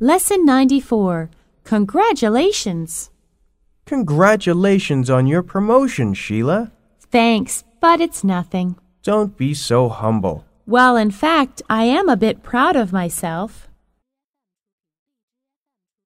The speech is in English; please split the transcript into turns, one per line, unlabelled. Lesson 94 Congratulations!
Congratulations on your promotion, Sheila.
Thanks, but it's nothing.
Don't be so humble.
Well, in fact, I am a bit proud of myself.